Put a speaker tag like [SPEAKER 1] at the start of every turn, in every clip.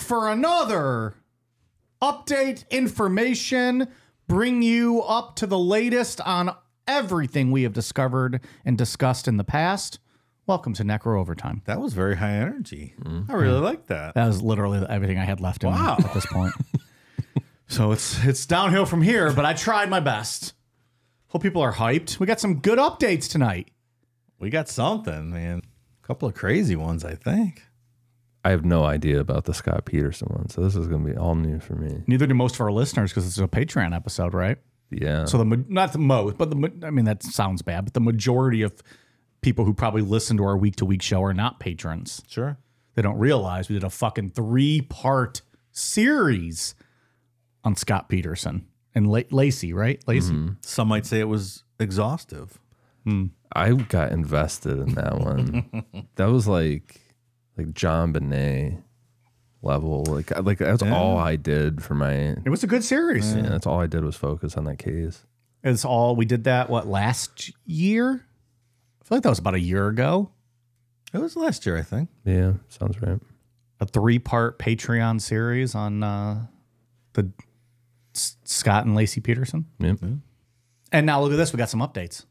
[SPEAKER 1] for another update information, bring you up to the latest on everything we have discovered and discussed in the past. Welcome to Necro Overtime. Mm-hmm.
[SPEAKER 2] That was very high energy. I really like that.
[SPEAKER 1] That was literally everything I had left in me
[SPEAKER 2] Wow.
[SPEAKER 1] at this point. so it's it's downhill from here, but I tried my best. Hope people are hyped. We got some good updates tonight.
[SPEAKER 2] We got something, man. A couple of crazy ones, I think.
[SPEAKER 3] I have no idea about the Scott Peterson one, so this is going to be all new for me.
[SPEAKER 1] Neither do most of our listeners because it's a Patreon episode, right?
[SPEAKER 3] Yeah.
[SPEAKER 1] So the ma- not the most, but the ma- I mean that sounds bad, but the majority of people who probably listen to our week to week show are not patrons.
[SPEAKER 2] Sure.
[SPEAKER 1] They don't realize we did a fucking three part series on Scott Peterson and La- Lacey, right? Lacey.
[SPEAKER 2] Some might say it was exhaustive.
[SPEAKER 3] I got invested in that one. that was like like John Bonet level. Like I- like that's all I did for my. Yeah,
[SPEAKER 1] It was a good series.
[SPEAKER 3] that's all I did was focus on that case.
[SPEAKER 1] It's all we did that what last year? I feel like that was about a year ago.
[SPEAKER 2] It was last year, I think.
[SPEAKER 3] Yeah, sounds right.
[SPEAKER 1] A three part Patreon series on uh, the S- Scott and Lacey Peterson.
[SPEAKER 3] Yep.
[SPEAKER 1] And now look at this. We got some updates.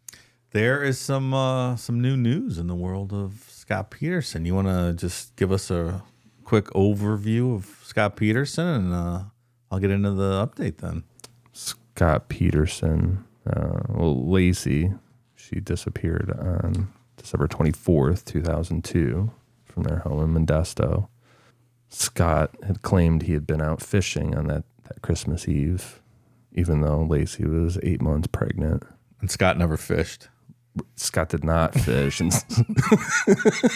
[SPEAKER 2] There is some uh, some new news in the world of Scott Peterson. You want to just give us a quick overview of Scott Peterson, and uh, I'll get into the update then.
[SPEAKER 3] Scott Peterson, uh, well, Lacey, she disappeared on December 24th, 2002, from their home in Modesto. Scott had claimed he had been out fishing on that, that Christmas Eve, even though Lacey was eight months pregnant.
[SPEAKER 2] And Scott never fished.
[SPEAKER 3] Scott did not fish. And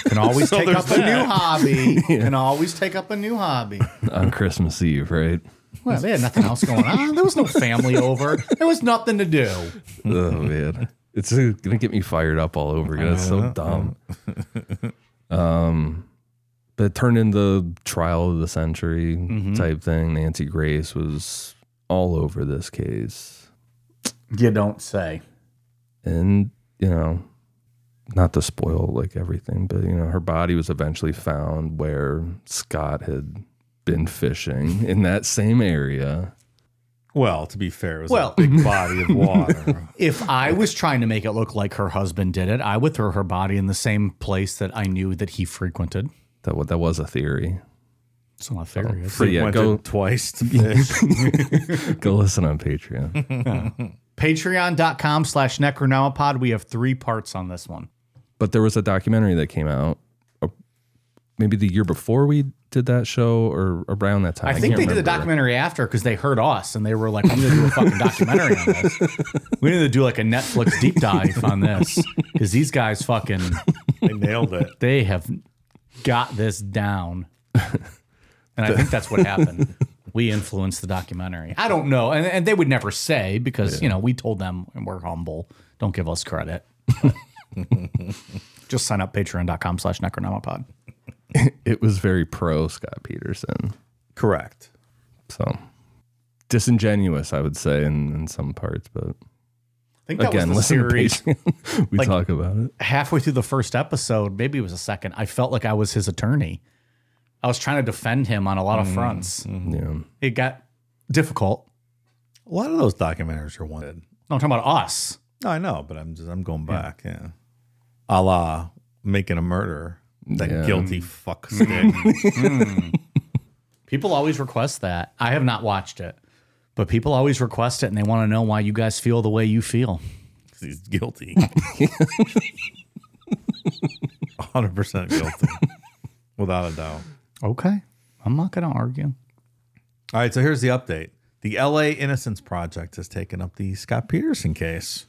[SPEAKER 1] Can always
[SPEAKER 2] So
[SPEAKER 1] take up
[SPEAKER 2] there's
[SPEAKER 1] a new
[SPEAKER 2] that.
[SPEAKER 1] hobby. Can always take up a new hobby.
[SPEAKER 3] on Christmas Eve, right?
[SPEAKER 1] Well, they had nothing else going on. There was no family over. There was nothing to do.
[SPEAKER 3] oh man, it's uh, gonna get me fired up all over again. It's so dumb. um, but it turned into trial of the century type thing. Nancy Grace was all over this case,
[SPEAKER 1] You don't say.
[SPEAKER 3] and you know, not to spoil like everything, but you know, her body was eventually found where Scott had been fishing in that same area.
[SPEAKER 2] Well, to be fair, it was
[SPEAKER 1] Well-
[SPEAKER 2] a big body of water.
[SPEAKER 1] If I was trying to make it look like her husband did it, I would throw her body in the same place that I knew that he frequented.
[SPEAKER 3] That wa- that was a theory.
[SPEAKER 1] It's not fair. is it?
[SPEAKER 3] So yeah,
[SPEAKER 2] Went
[SPEAKER 3] go
[SPEAKER 2] to twice to fish.
[SPEAKER 3] go listen on Patreon.
[SPEAKER 1] Patreon.com slash Necronomapod. We have three parts on this one.
[SPEAKER 3] but there was a documentary that came out uh, maybe the year before we did that show or around that time.
[SPEAKER 1] I, think
[SPEAKER 3] can't
[SPEAKER 1] they did the
[SPEAKER 3] remember.
[SPEAKER 1] documentary after because they heard us and they were like, "We need to do a fucking documentary on this. We need to do like a Netflix deep dive on this because these guys fucking
[SPEAKER 2] They nailed it.
[SPEAKER 1] they have got this down." And I think that's what happened. We influenced the documentary. I don't know, and, and they would never say because you know we told them and we're humble. Don't give us credit. Just sign up patreon.com slash necronomapod.
[SPEAKER 3] It was very pro Scott Peterson.
[SPEAKER 2] Correct.
[SPEAKER 3] So disingenuous, I would say, in, in some parts, but
[SPEAKER 1] I think that
[SPEAKER 3] again,
[SPEAKER 1] was the
[SPEAKER 3] listen
[SPEAKER 1] series.
[SPEAKER 3] to Patreon. we talk about it.
[SPEAKER 1] halfway through the first episode, maybe it was the second, I felt like I was his attorney. I was trying to defend him on a lot of fronts.
[SPEAKER 3] Yeah.
[SPEAKER 1] It got difficult.
[SPEAKER 2] A lot of those documentaries are wanted.
[SPEAKER 1] No, I'm talking about us.
[SPEAKER 2] No, I know, but I'm just I'm going back. Yeah, a la making a murderer. That
[SPEAKER 3] Yeah.
[SPEAKER 2] guilty fuck stick.
[SPEAKER 1] People always request that. I have not watched it, but people always request it and they want to know why you guys feel the way you feel.
[SPEAKER 2] He's guilty. Hundred percent guilty, without a doubt.
[SPEAKER 1] Okay. I'm not going to argue.
[SPEAKER 2] All right, so here's the update. The LA Innocence Project has taken up the Scott Peterson case.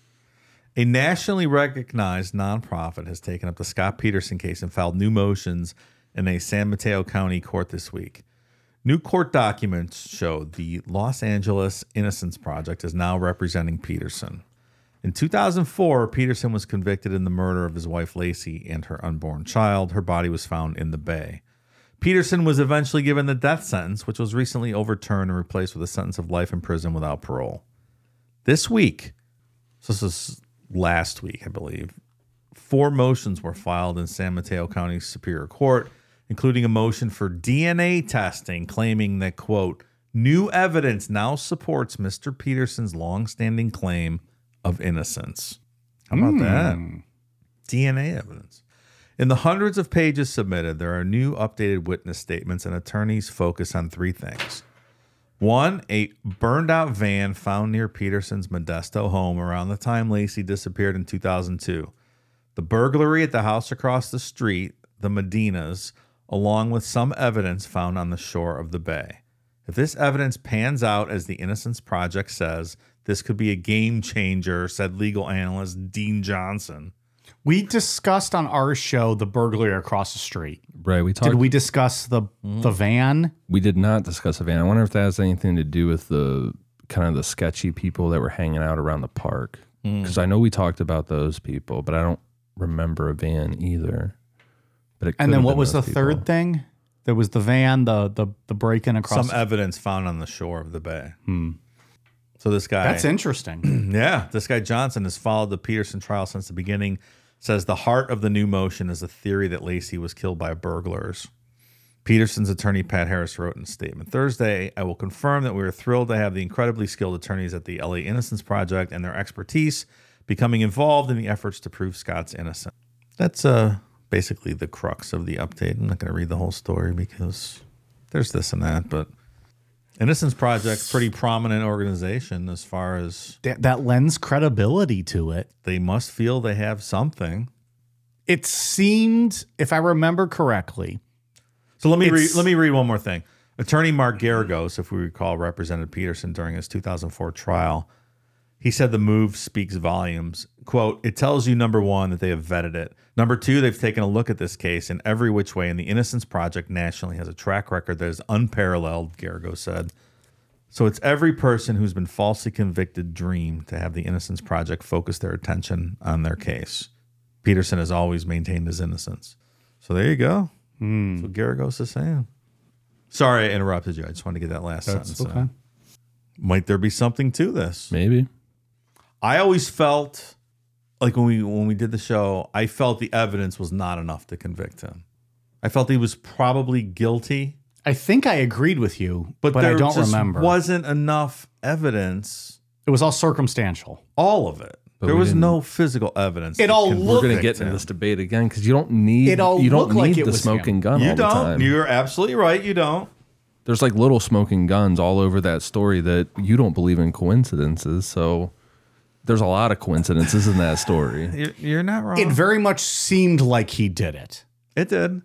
[SPEAKER 2] A nationally recognized nonprofit has taken up the Scott Peterson case and filed new motions in a San Mateo County court this week. New court documents show the Los Angeles Innocence Project is now representing Peterson. In 2004, Peterson was convicted in the murder of his wife Lacey and her unborn child. Her body was found in the bay. Peterson was eventually given the death sentence, which was recently overturned and replaced with a sentence of life in prison without parole. This week, so this is last week, I believe, four motions were filed in San Mateo County Superior Court including a motion for DNA testing, claiming that, quote, new evidence now supports Mr. Peterson's longstanding claim of innocence. How about that? DNA evidence. In the hundreds of pages submitted, there are new updated witness statements, and attorneys focus on three things. One, a burned out van found near Peterson's Modesto home around the time Lacey disappeared in 2002. The burglary at the house across the street, the Medinas, along with some evidence found on the shore of the bay. If this evidence pans out as the Innocence Project says, this could be a game changer, said legal analyst Dean Johnson.
[SPEAKER 1] We discussed on our show the burglary across the street.
[SPEAKER 3] Right. We talked.
[SPEAKER 1] Did
[SPEAKER 3] we-,
[SPEAKER 1] we discuss the the van?
[SPEAKER 3] did not discuss a van. I wonder if that has anything to do with the kind of the sketchy people that were hanging out around the park.
[SPEAKER 2] Hmm.
[SPEAKER 3] Because I know we talked about those people, but I don't remember a van either. But it
[SPEAKER 1] And
[SPEAKER 3] could have
[SPEAKER 1] then what
[SPEAKER 3] been
[SPEAKER 1] was the
[SPEAKER 3] those
[SPEAKER 1] third
[SPEAKER 3] people.
[SPEAKER 1] thing? There was the van, the the the break in across.
[SPEAKER 2] Some evidence found on the shore of the bay. So this guy.
[SPEAKER 1] That's interesting.
[SPEAKER 2] Yeah, this guy Johnson has followed the Peterson trial since the beginning. Says the heart of the new motion is the theory that Lacey was killed by burglars. Peterson's attorney Pat Harris wrote in a statement Thursday, I will confirm that we are thrilled to have the incredibly skilled attorneys at the LA Innocence Project and their expertise becoming involved in the efforts to prove Scott's innocent. That's uh, basically the crux of the update. I'm not going to read the whole story because there's this and that, but Innocence Project, pretty prominent organization as far as
[SPEAKER 1] that, that lends credibility to it.
[SPEAKER 2] they must feel they have something.
[SPEAKER 1] It seemed, if I remember correctly,
[SPEAKER 2] So let me read,
[SPEAKER 1] It's-
[SPEAKER 2] let me read one more thing. Attorney Mark Garagos, if we recall, represented Peterson during his 2004 trial. He said the move speaks volumes. Quote, it tells you number one, that they have vetted it. Number two, they've taken a look at this case in every which way, and the Innocence Project nationally has a track record that is unparalleled, Garagos said. So it's every person who's been falsely convicted dream to have the Innocence Project focus their attention on their case. Peterson has always maintained his innocence. So there you go. That's what Garagos is saying. Sorry I interrupted you. I just wanted to get that last sentence. in. Might there be something to this?
[SPEAKER 3] Maybe.
[SPEAKER 2] I always felt like when we when we did the show, I felt the evidence was not enough to convict him. I felt he was probably guilty,
[SPEAKER 1] I think I agreed with you,
[SPEAKER 2] but,
[SPEAKER 1] but,
[SPEAKER 2] there
[SPEAKER 1] I don't
[SPEAKER 2] just
[SPEAKER 1] remember.
[SPEAKER 2] wasn't enough evidence.
[SPEAKER 1] it was all circumstantial.
[SPEAKER 2] All of it. there
[SPEAKER 3] we
[SPEAKER 2] was
[SPEAKER 3] didn't-
[SPEAKER 2] no physical evidence.
[SPEAKER 1] It
[SPEAKER 2] to
[SPEAKER 1] all
[SPEAKER 2] convict
[SPEAKER 3] We're gonna
[SPEAKER 1] Look
[SPEAKER 3] get into
[SPEAKER 2] him.
[SPEAKER 3] this debate again because you don't need
[SPEAKER 1] It all
[SPEAKER 3] you don't
[SPEAKER 1] looked like
[SPEAKER 3] need
[SPEAKER 1] it
[SPEAKER 3] the
[SPEAKER 1] was
[SPEAKER 3] smoking
[SPEAKER 1] him.
[SPEAKER 3] gun
[SPEAKER 2] You
[SPEAKER 3] all the
[SPEAKER 2] don't.
[SPEAKER 3] time.
[SPEAKER 2] You're absolutely right. You don't.
[SPEAKER 3] There's like little smoking guns all over that story that you don't believe in coincidences. So there's a lot of coincidences in that story.
[SPEAKER 2] You're, you're not wrong.
[SPEAKER 1] It very much seemed like he did it.
[SPEAKER 2] It did.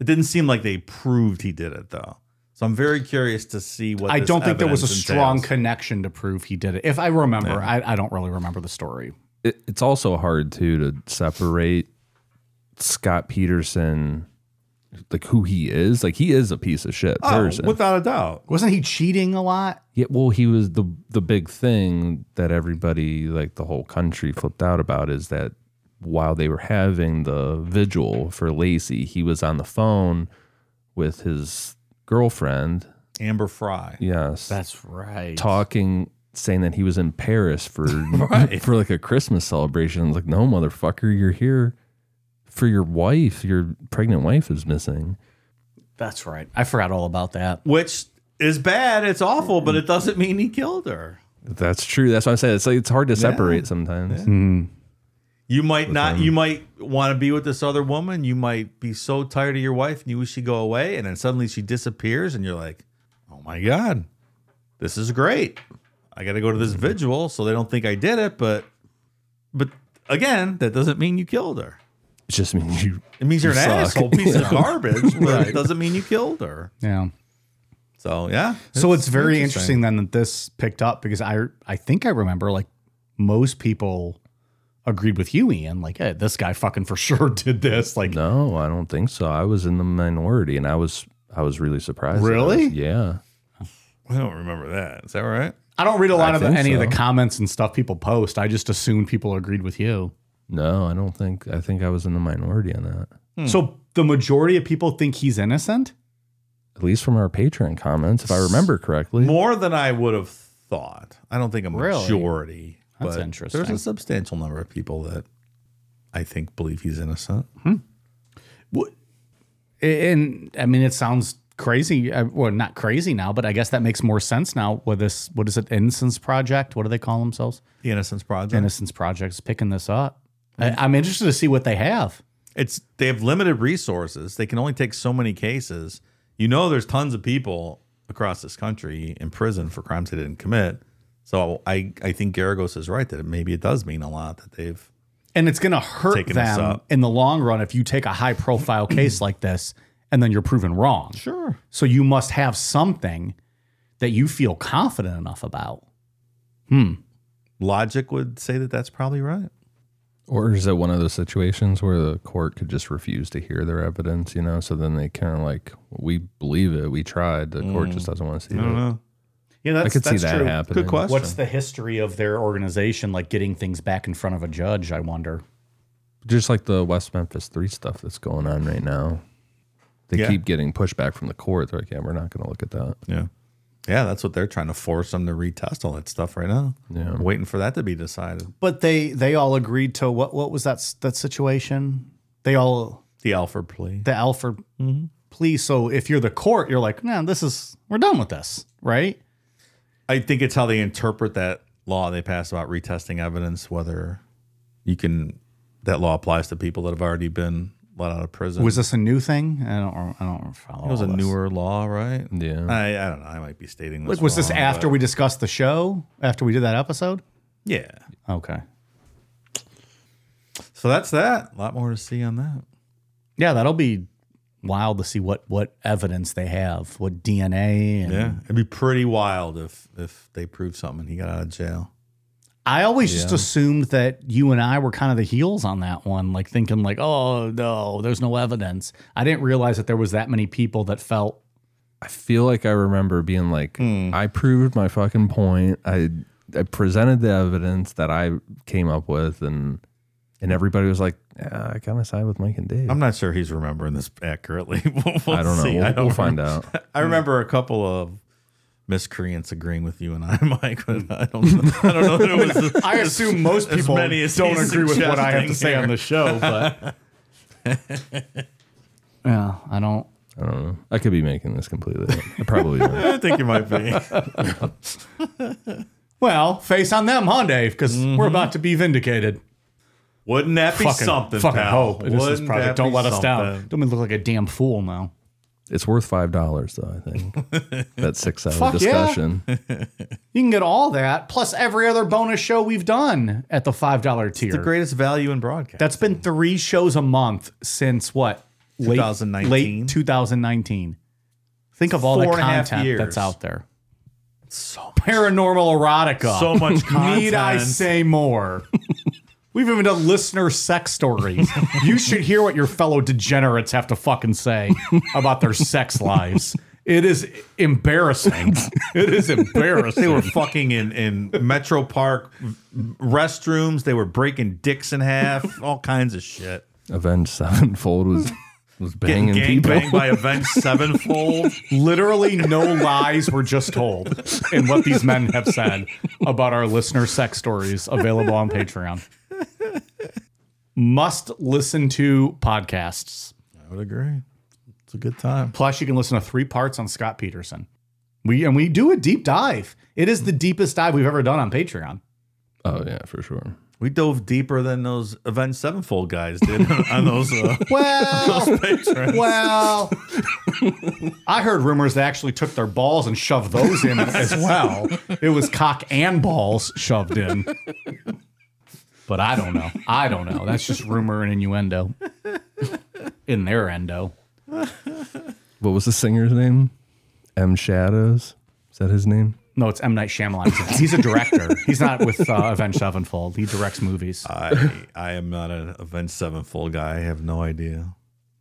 [SPEAKER 2] It didn't seem like they proved he did it though. So I'm very curious to see what.
[SPEAKER 1] I
[SPEAKER 2] this
[SPEAKER 1] don't think there was a
[SPEAKER 2] evidence
[SPEAKER 1] strong
[SPEAKER 2] entails.
[SPEAKER 1] connection to prove he did it. If I remember, I, I don't really remember the story.
[SPEAKER 3] it, it's also hard too to separate Scott Peterson, like who he is. Like he is a piece of shit
[SPEAKER 2] Oh,
[SPEAKER 3] person.
[SPEAKER 2] without a doubt.
[SPEAKER 1] Wasn't he cheating a lot?
[SPEAKER 3] yeah, well, he was the the big thing that everybody, like the whole country, flipped out about is that while they were having the vigil for Lacey, he was on the phone with his girlfriend.
[SPEAKER 2] Amber Fry.
[SPEAKER 3] Yes,
[SPEAKER 1] That's right.
[SPEAKER 3] talking saying that he was in Paris for for like a Christmas celebration. I was like, no motherfucker, you're here for your wife. Your pregnant wife is missing.
[SPEAKER 1] That's right. I forgot all about that.
[SPEAKER 2] Which is bad. It's awful, but it doesn't mean he killed her.
[SPEAKER 3] That's true. That's what I'm saying. It's like it's hard to separate sometimes.
[SPEAKER 2] You might not. You might want to be with this other woman. You might be so tired of your wife, and you wish she'd go away. And then suddenly she disappears, and you're like, "Oh my god, this is great. I got to go to
[SPEAKER 1] Mm-hmm.
[SPEAKER 2] this vigil, so they don't think I did it." But, but again, that doesn't mean you killed her.
[SPEAKER 3] It just means you
[SPEAKER 2] It means you're an
[SPEAKER 3] You suck.
[SPEAKER 2] asshole piece of garbage, but it doesn't mean you killed her.
[SPEAKER 1] Yeah.
[SPEAKER 2] So yeah.
[SPEAKER 1] so it's very interesting. then that this picked up because I I think I remember like most people agreed with you, Ian. Like, hey, this guy fucking for sure did this. Like,
[SPEAKER 3] no. I don't think so. I was in the minority, and I was I was really surprised. at
[SPEAKER 1] Really?
[SPEAKER 3] that. Yeah.
[SPEAKER 2] I don't remember that. Is that right?
[SPEAKER 1] I don't read a lot
[SPEAKER 3] I
[SPEAKER 1] of
[SPEAKER 3] think
[SPEAKER 1] any of
[SPEAKER 3] so.
[SPEAKER 1] the comments and stuff people post. I just assumed people agreed with you.
[SPEAKER 3] No, I don't think. I think I was in the minority on that.
[SPEAKER 1] So the majority of people think he's innocent.
[SPEAKER 3] At least from our Patreon comments, if I remember correctly.
[SPEAKER 2] More than I would have thought. I don't think a
[SPEAKER 1] Really?
[SPEAKER 2] majority.
[SPEAKER 1] That's
[SPEAKER 2] but
[SPEAKER 1] interesting.
[SPEAKER 2] There's a substantial number of people that I think believe he's innocent.
[SPEAKER 1] and I mean, it sounds crazy. uh, Well, not crazy now, but I guess that makes more sense now. With this, what is it? Innocence Project. What do they call themselves?
[SPEAKER 2] The Innocence Project.
[SPEAKER 1] Innocence Project is picking this up. I, I'm interested to see what they have.
[SPEAKER 2] it's they have limited resources. They can only take so many cases. You know, there's tons of people across this country in prison for crimes they didn't commit. So I I think Garagos is right that it, maybe it does mean a lot that they've
[SPEAKER 1] And it's going to hurt
[SPEAKER 2] Taking us
[SPEAKER 1] them
[SPEAKER 2] up.
[SPEAKER 1] in the long run if you take a high profile case like this and then you're proven wrong.
[SPEAKER 2] sure
[SPEAKER 1] So you must have something that you feel confident enough about.
[SPEAKER 2] logic would say that that's probably right.
[SPEAKER 3] Or is it one of those situations where the court could just refuse to hear their evidence, you know? So then they kind of like, we believe it, we tried. The court
[SPEAKER 2] Mm.
[SPEAKER 3] just doesn't want to see it.
[SPEAKER 1] Yeah, that's,
[SPEAKER 3] I could see
[SPEAKER 1] that's
[SPEAKER 3] that
[SPEAKER 1] true.
[SPEAKER 3] happening.
[SPEAKER 2] Good question.
[SPEAKER 1] What's the history of their organization, like getting things back in front of a judge? I wonder.
[SPEAKER 3] Just like the West Memphis 3 stuff that's going on right now. They
[SPEAKER 2] Yeah.
[SPEAKER 3] keep getting pushback from the court. They're like, yeah, we're not going to look at that.
[SPEAKER 2] Yeah. Yeah, that's what they're trying to force them to retest all that stuff right now.
[SPEAKER 3] Yeah.
[SPEAKER 2] Waiting for that to be decided.
[SPEAKER 1] But they they all agreed to what what was that s- that situation? They all
[SPEAKER 2] The Alford plea.
[SPEAKER 1] the Alford
[SPEAKER 2] Mm-hmm.
[SPEAKER 1] plea. So if you're the court, you're like, man, this is we're done with this, right?
[SPEAKER 2] I think it's how they interpret that law they passed about retesting evidence, whether you can that law applies to people that have already been let out of prison.
[SPEAKER 1] Was this a new thing? I don't I don't follow.
[SPEAKER 2] it was a
[SPEAKER 1] all this.
[SPEAKER 2] newer law, right?
[SPEAKER 3] Yeah.
[SPEAKER 2] I, I don't know. I might be stating this.
[SPEAKER 1] Like, was this
[SPEAKER 2] wrong,
[SPEAKER 1] after
[SPEAKER 2] but-
[SPEAKER 1] we discussed the show? After we did that episode?
[SPEAKER 2] Yeah.
[SPEAKER 1] Okay.
[SPEAKER 2] So that's that. A lot more to see on that.
[SPEAKER 1] Yeah, that'll be wild to see what what evidence they have, what DNA. And
[SPEAKER 2] Yeah. It'd be pretty wild if if they proved something and he got out of jail.
[SPEAKER 1] I always just assumed that you and I were kind of the heels on that one, like thinking like, oh no, there's no evidence. I didn't realize that there was that many people that felt
[SPEAKER 3] I feel like I remember being like,
[SPEAKER 2] Mm.
[SPEAKER 3] I proved my fucking point. I I presented the evidence that I came up with, and and everybody was like, yeah, I kind of side with Mike and Dave.
[SPEAKER 2] I'm not sure he's remembering this accurately. we'll, we'll
[SPEAKER 3] I don't know.
[SPEAKER 2] see.
[SPEAKER 3] We'll,
[SPEAKER 2] I don't
[SPEAKER 3] we'll find out.
[SPEAKER 2] I remember a couple of miscreants agreeing with you and I, Mike, but I don't, I don't know that it was.
[SPEAKER 1] I assume most
[SPEAKER 2] as
[SPEAKER 1] people
[SPEAKER 2] many as
[SPEAKER 1] don't
[SPEAKER 2] he's
[SPEAKER 1] agree with what I have to
[SPEAKER 2] suggesting
[SPEAKER 1] say
[SPEAKER 2] here.
[SPEAKER 1] on the show, but yeah, I don't.
[SPEAKER 3] I don't know. I could be making this completely. up. I probably am.
[SPEAKER 2] I think you might be.
[SPEAKER 1] Well, face on them, huh, Dave? Because
[SPEAKER 2] Mm-hmm.
[SPEAKER 1] we're about to be vindicated.
[SPEAKER 2] Wouldn't that be
[SPEAKER 1] Fucking,
[SPEAKER 2] something,
[SPEAKER 1] fucking
[SPEAKER 2] pal?
[SPEAKER 1] hope. This is
[SPEAKER 2] Wouldn't
[SPEAKER 1] project.
[SPEAKER 2] that
[SPEAKER 1] Don't
[SPEAKER 2] be
[SPEAKER 1] let us down.
[SPEAKER 2] something?
[SPEAKER 1] Don't make me look like a damn fool now.
[SPEAKER 3] It's worth five dollars though. I think that six hour
[SPEAKER 1] Fuck yeah.
[SPEAKER 3] discussion.
[SPEAKER 1] You can get all that plus every other bonus show we've done at the five dollar tier.
[SPEAKER 2] The greatest value in broadcast.
[SPEAKER 1] That's been three shows a month since what? Late
[SPEAKER 2] 2019?
[SPEAKER 1] Late 2019. Think of all
[SPEAKER 2] Four
[SPEAKER 1] the
[SPEAKER 2] and a half
[SPEAKER 1] content
[SPEAKER 2] years.
[SPEAKER 1] that's out there.
[SPEAKER 2] so,
[SPEAKER 1] Paranormal erotica.
[SPEAKER 2] so much content.
[SPEAKER 1] Need I say more? We've even done listener sex stories. you should hear what your fellow degenerates have to fucking say about their sex lives. It is embarrassing. It is embarrassing.
[SPEAKER 2] They were fucking in, in Metro Park restrooms. They were breaking dicks in half, all kinds of shit.
[SPEAKER 3] Avenged Sevenfold was was
[SPEAKER 2] Getting
[SPEAKER 3] banging
[SPEAKER 2] gang
[SPEAKER 3] people.
[SPEAKER 2] banged by Avenged Sevenfold.
[SPEAKER 1] Literally, no lies were just told in what these men have said about our listener sex stories available on Patreon. Must listen to podcasts.
[SPEAKER 2] I would agree. It's a good time.
[SPEAKER 1] Plus, you can listen to three parts on Scott Peterson. We and we do a deep dive. It is the deepest dive we've ever done on Patreon.
[SPEAKER 3] Oh yeah, for sure.
[SPEAKER 2] We dove deeper than those Avenged Sevenfold guys did on those uh,
[SPEAKER 1] Well,
[SPEAKER 2] patrons.
[SPEAKER 1] well, I heard rumors they actually took their balls and shoved those in as well. It was cock and balls shoved in. But I don't know. I don't know. That's just rumor and innuendo in their endo.
[SPEAKER 3] What was the singer's name? M Shadows. Is that his name?
[SPEAKER 1] No, it's M. Night Shyamalan. He's a director. He's not with uh, Avenged Sevenfold. He directs movies.
[SPEAKER 2] I, I am not an Avenged Sevenfold guy. I have no idea.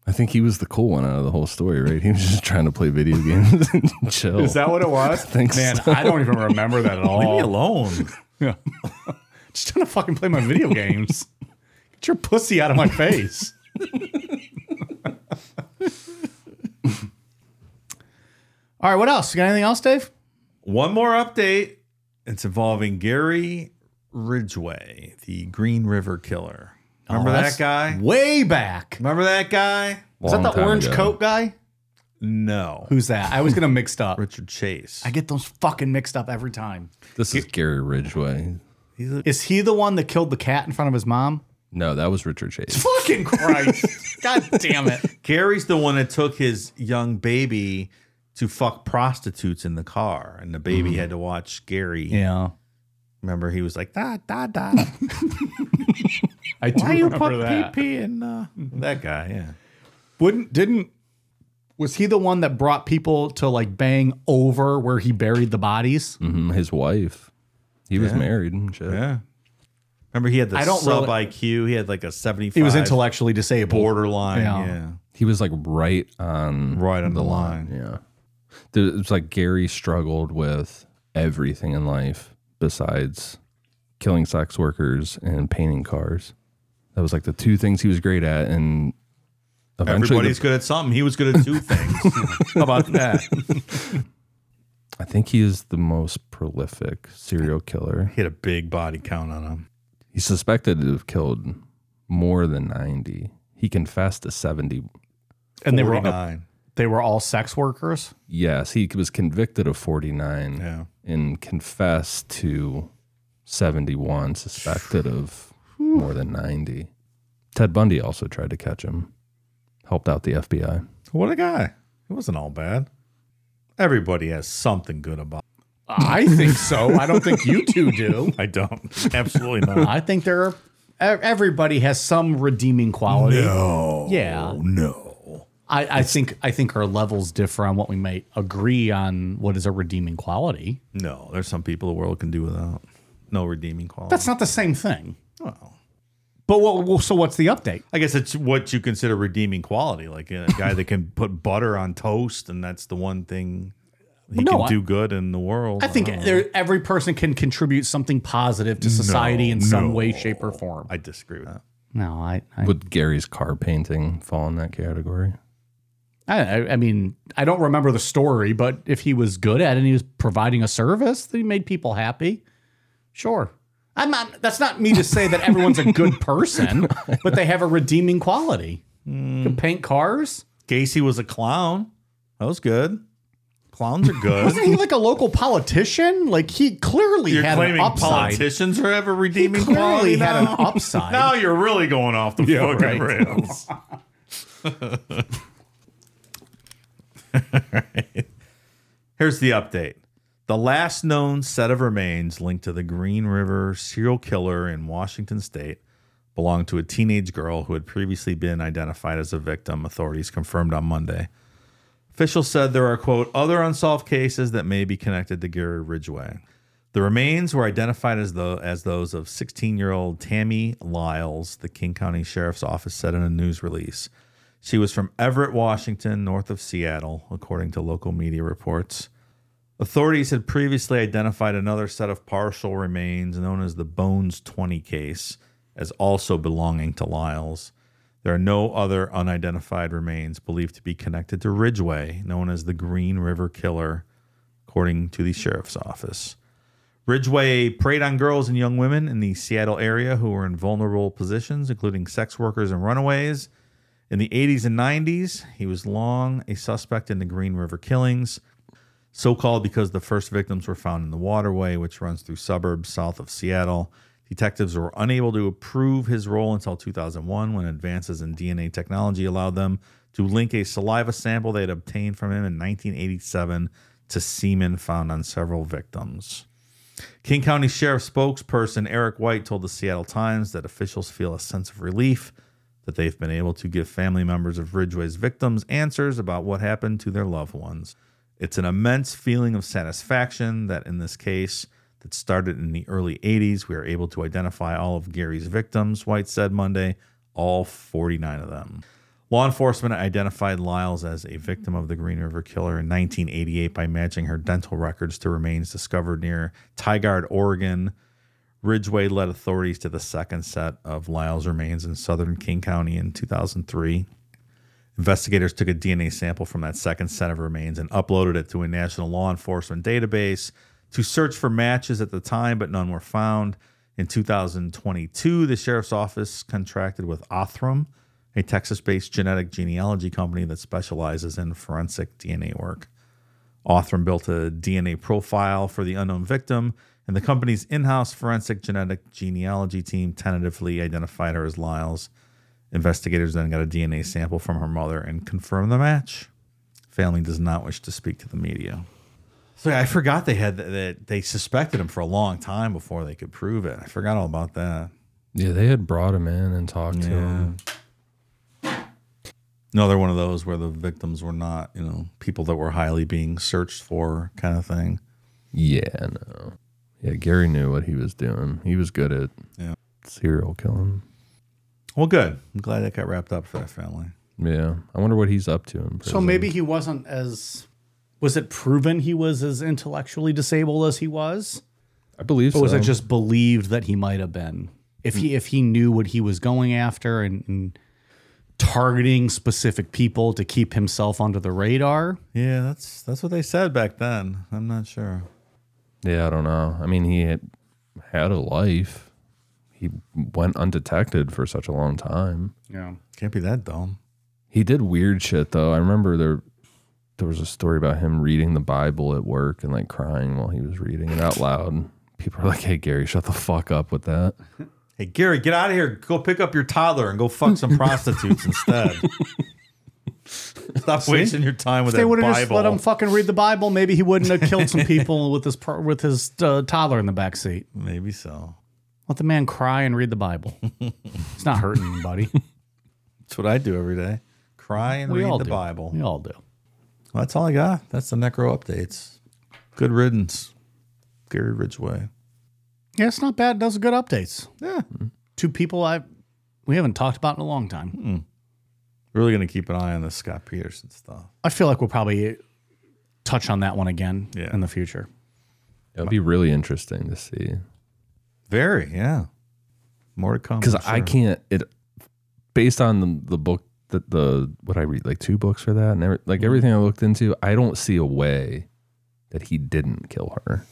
[SPEAKER 3] I think he was the cool one out of the whole story, right? He was just trying to play video games and chill.
[SPEAKER 1] Is that what it was?
[SPEAKER 3] think
[SPEAKER 1] Man,
[SPEAKER 3] so.
[SPEAKER 1] I don't even remember that at all.
[SPEAKER 2] Leave me alone.
[SPEAKER 1] Yeah. Just trying to fucking play my video games. Get your pussy out of my face. All right, what else? You got anything else, Dave?
[SPEAKER 2] One more update. It's involving Gary Ridgway, the Green River Killer.
[SPEAKER 3] Oh,
[SPEAKER 2] Remember that
[SPEAKER 1] that's
[SPEAKER 2] guy?
[SPEAKER 1] Way back.
[SPEAKER 2] Remember that guy?
[SPEAKER 1] Is that
[SPEAKER 3] Long
[SPEAKER 1] the
[SPEAKER 3] time
[SPEAKER 1] orange
[SPEAKER 3] ago.
[SPEAKER 1] coat guy?
[SPEAKER 2] No.
[SPEAKER 1] Who's that? I was gonna mixed up.
[SPEAKER 2] Richard Chase.
[SPEAKER 1] I get those fucking mixed up every time.
[SPEAKER 3] This is Gary Ridgway.
[SPEAKER 2] He's a,
[SPEAKER 1] Is he the one that killed the cat in front of his mom?
[SPEAKER 3] No, that was Richard Chase.
[SPEAKER 1] Fucking Christ! God damn it!
[SPEAKER 2] Gary's the one that took his young baby to fuck prostitutes in the car, and the baby had to watch Gary.
[SPEAKER 1] Mm-hmm. Yeah,
[SPEAKER 2] Remember, he was like, da, da, da.
[SPEAKER 1] I do
[SPEAKER 2] Why you
[SPEAKER 1] remember
[SPEAKER 2] put
[SPEAKER 1] that. Mm-hmm.
[SPEAKER 2] pee pee in uh, that guy? Yeah.
[SPEAKER 1] Wouldn't didn't was he the one that brought people to like bang over where he buried the bodies?
[SPEAKER 3] Mhm, His wife. He was married and shit.
[SPEAKER 2] Yeah. Remember, he had the
[SPEAKER 1] I don't
[SPEAKER 2] sub
[SPEAKER 1] really-
[SPEAKER 2] IQ. He had like a 75.
[SPEAKER 1] He was intellectually disabled.
[SPEAKER 2] borderline.
[SPEAKER 1] Yeah.
[SPEAKER 2] Yeah.
[SPEAKER 3] He was like right on.
[SPEAKER 2] Right on the line.
[SPEAKER 3] Yeah. There- It's like Gary struggled with everything in life besides killing sex workers and painting cars. That was like the two things he was great at. And eventually, the-
[SPEAKER 2] Everybody's good at something. He was good at two things. How about that?
[SPEAKER 3] I think he is the most prolific serial killer.
[SPEAKER 2] He had a big body count on him.
[SPEAKER 3] He's suspected to have killed more than 90. He confessed to 70.
[SPEAKER 1] and they were
[SPEAKER 2] 49.
[SPEAKER 1] they were all sex workers.
[SPEAKER 3] Yes, he was convicted of 49.
[SPEAKER 2] Yeah.
[SPEAKER 3] and confessed to 71 suspected of more than 90 ted bundy also tried to catch him helped out the fbi
[SPEAKER 2] What a guy. It wasn't all bad. Everybody has something good about
[SPEAKER 1] I think so. I don't think you two do.
[SPEAKER 2] I don't. Absolutely not.
[SPEAKER 1] I think there are. ev- Everybody has some redeeming quality.
[SPEAKER 2] No.
[SPEAKER 1] Yeah.
[SPEAKER 2] No.
[SPEAKER 1] I, I think I think our levels differ on what we might agree on. What is a redeeming quality?
[SPEAKER 2] No. There's some people the world can do without. No redeeming quality.
[SPEAKER 1] That's not the same thing. But what? well, so what's the update?
[SPEAKER 2] I guess it's what you consider redeeming quality, like a guy that can put butter on toast, and that's the one thing he
[SPEAKER 1] No,
[SPEAKER 2] can
[SPEAKER 1] I-
[SPEAKER 2] do good in the world.
[SPEAKER 1] I think
[SPEAKER 2] don't know.
[SPEAKER 1] there, every person can contribute something positive to society in some
[SPEAKER 2] no.
[SPEAKER 1] way, shape, or form.
[SPEAKER 2] I disagree with that.
[SPEAKER 1] no, I, I,
[SPEAKER 3] would gary's car painting fall in that category
[SPEAKER 1] I, I- I mean, I don't remember the story, but if he was good at it and he was providing a service that he made people happy, sure. I'm not, that's not me to say that everyone's a good person, but they have a redeeming quality. Can paint cars.
[SPEAKER 2] Gacy was a clown. That was good. Clowns are good.
[SPEAKER 1] Wasn't he like a local politician? Like he clearly
[SPEAKER 2] You're
[SPEAKER 1] had an
[SPEAKER 2] claiming
[SPEAKER 1] upside.
[SPEAKER 2] politicians are ever redeeming
[SPEAKER 1] Clearly
[SPEAKER 2] quality
[SPEAKER 1] had
[SPEAKER 2] now?
[SPEAKER 1] an upside.
[SPEAKER 2] Now you're really going off the fucking
[SPEAKER 1] right.
[SPEAKER 2] rails. Alright. Here's the update. The last known set of remains linked to the Green River serial killer in Washington state belonged to a teenage girl who had previously been identified as a victim, authorities confirmed on Monday. Officials said there are, quote, other unsolved cases that may be connected to Gary Ridgway. The remains were identified as though as those of 16-year-old Tammy Lyles, the King County Sheriff's Office said in a news release. She was from Everett, Washington, north of Seattle, according to local media reports. Authorities had previously identified another set of partial remains known as the Bones 20 case as also belonging to Lyles. There are no other unidentified remains believed to be connected to Ridgway, known as the Green River Killer, according to the sheriff's office. Ridgway preyed on girls and young women in the Seattle area who were in vulnerable positions, including sex workers and runaways. In the 80s and 90s, he was long a suspect in the Green River killings, so called because the first victims were found in the waterway, which runs through suburbs south of Seattle. Detectives were unable to prove his role until 2001 when advances in DNA technology allowed them to link a saliva sample they had obtained from him in 1987 to semen found on several victims. King County Sheriff spokesperson Eric White told the Seattle Times that officials feel a sense of relief that they've been able to give family members of Ridgway's victims answers about what happened to their loved ones. It's an immense feeling of satisfaction that in this case that started in the early 80s, we are able to identify all of Gary's victims, White said Monday, all 49 of them. Law enforcement identified Lyles as a victim of the Green River Killer in 1988 by matching her dental records to remains discovered near Tigard, Oregon. Ridgway led authorities to the second set of Lyle's remains in southern King County in 2003. Investigators took a DNA sample from that second set of remains and uploaded it to a national law enforcement database to search for matches at the time, but none were found. In 2022, the sheriff's office contracted with Othram, a Texas based genetic genealogy company that specializes in forensic DNA work. Othram built a DNA profile for the unknown victim, and the company's in house forensic genetic genealogy team tentatively identified her as Lyles. Investigators then got a DNA sample from her mother and confirmed the match. Family does not wish to speak to the media. So yeah, I forgot they had that, that they suspected him for a long time before they could prove it. I forgot all about that.
[SPEAKER 3] Yeah, they had brought him in and talked to him.
[SPEAKER 2] Another one of those where the victims were not, you know, people that were highly being searched for kind of thing.
[SPEAKER 3] Yeah, no. Yeah, Gary knew what he was doing. He was good at
[SPEAKER 2] Yeah.
[SPEAKER 3] serial killing.
[SPEAKER 2] Well, good. I'm glad that got wrapped up for that family.
[SPEAKER 3] Yeah. I wonder what he's up to in prison.
[SPEAKER 1] So maybe he wasn't as. Was it proven he was as intellectually disabled as he was,
[SPEAKER 3] I believe
[SPEAKER 1] or Oh, was
[SPEAKER 3] so.
[SPEAKER 1] it just believed that he might have been? If he if he knew what he was going after and, and targeting specific people to keep himself under the radar,
[SPEAKER 2] Yeah, that's that's what they said back then. I'm not sure.
[SPEAKER 3] Yeah, I don't know. I mean, he had, had a life. He went undetected for such a long time.
[SPEAKER 1] yeah,
[SPEAKER 2] Can't be that dumb.
[SPEAKER 3] He did weird shit though. I remember there there was a story about him reading the Bible at work and like crying while he was reading it out loud. People are like, "Hey Gary, shut the fuck up with that."
[SPEAKER 2] Hey Gary, get out of here. Go pick up your toddler and go fuck some prostitutes instead. Stop wasting your time with
[SPEAKER 1] if they
[SPEAKER 2] that
[SPEAKER 1] would
[SPEAKER 2] Bible.
[SPEAKER 1] have just let him fucking read the Bible, maybe he wouldn't have killed some people with his pro- with his uh, toddler in the back seat.
[SPEAKER 2] Maybe so.
[SPEAKER 1] Let the man cry and read the Bible. It's not hurting anybody.
[SPEAKER 2] That's what I do every day. Cry and
[SPEAKER 1] We
[SPEAKER 2] read
[SPEAKER 1] all
[SPEAKER 2] the
[SPEAKER 1] do.
[SPEAKER 2] Bible.
[SPEAKER 1] We all do.
[SPEAKER 2] Well, that's all I got. That's the necro updates. Good riddance, Gary Ridgway.
[SPEAKER 1] Yeah, it's not bad. Does good updates.
[SPEAKER 2] Yeah,
[SPEAKER 1] Mm-hmm. Two people I we haven't talked about in a long time.
[SPEAKER 2] Hmm. really gonna keep an eye on this Scott Peterson stuff.
[SPEAKER 1] I feel like we'll probably touch on that one again
[SPEAKER 2] Yeah.
[SPEAKER 1] in the future.
[SPEAKER 3] It would be really interesting to see
[SPEAKER 2] Very, yeah. More to come.
[SPEAKER 3] because
[SPEAKER 2] I'm
[SPEAKER 3] I
[SPEAKER 2] sure.
[SPEAKER 3] can't. It based on the, the book that the what I read, like two books for that, and every, like everything I looked into, I don't see a way that he didn't kill her.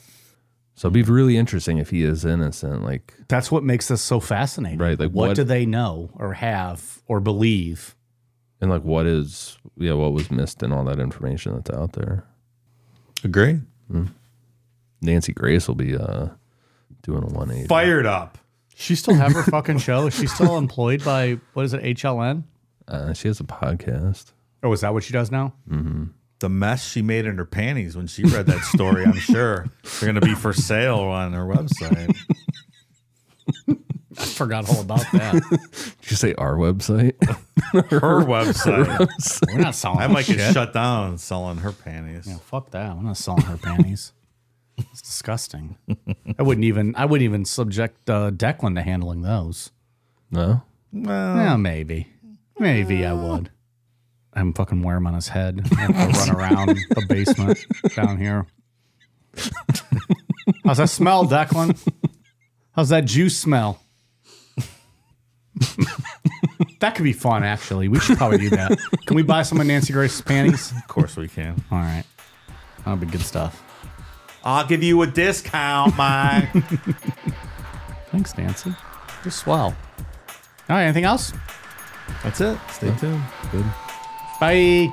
[SPEAKER 3] So it'd be really interesting if he is innocent. Like
[SPEAKER 1] That's what makes this so fascinating.
[SPEAKER 3] Right, like
[SPEAKER 1] what,
[SPEAKER 3] what-
[SPEAKER 1] do they know or have or believe?
[SPEAKER 3] and like what is yeah what was missed and all that information that's out there
[SPEAKER 2] agree.
[SPEAKER 3] nancy grace will be uh doing a 180
[SPEAKER 2] Fired up.
[SPEAKER 1] She still have her fucking show? Is she still employed by what is it, HLN?
[SPEAKER 3] uh, she has a podcast
[SPEAKER 1] Oh, is that what she does now?
[SPEAKER 2] The mess she made in her panties when she read that story. I'm sure they're gonna be for sale on her website.
[SPEAKER 1] I forgot all about that.
[SPEAKER 3] did you say our website
[SPEAKER 2] Her website.
[SPEAKER 1] We're not selling.
[SPEAKER 2] I
[SPEAKER 1] I
[SPEAKER 2] might
[SPEAKER 1] like
[SPEAKER 2] get shut down selling her panties.
[SPEAKER 1] fuck that. I'm not selling her panties. It's disgusting. I wouldn't even. I wouldn't even subject uh, Declan to handling those.
[SPEAKER 3] no
[SPEAKER 2] Well,
[SPEAKER 1] Yeah, maybe. Maybe I would. I'm fucking wear him on his head. I have to run around the basement down here. How's that smell, Declan? How's that juice smell? that could be fun, actually. We should probably do that. Can we buy some of Nancy Grace's panties?
[SPEAKER 2] of course we can.
[SPEAKER 1] All right. That'll be good stuff.
[SPEAKER 2] I'll give you a discount, Mike.
[SPEAKER 1] Thanks, Nancy. You're swell. All right. Anything else?
[SPEAKER 2] That's it. Stay tuned.
[SPEAKER 3] good
[SPEAKER 1] Bye.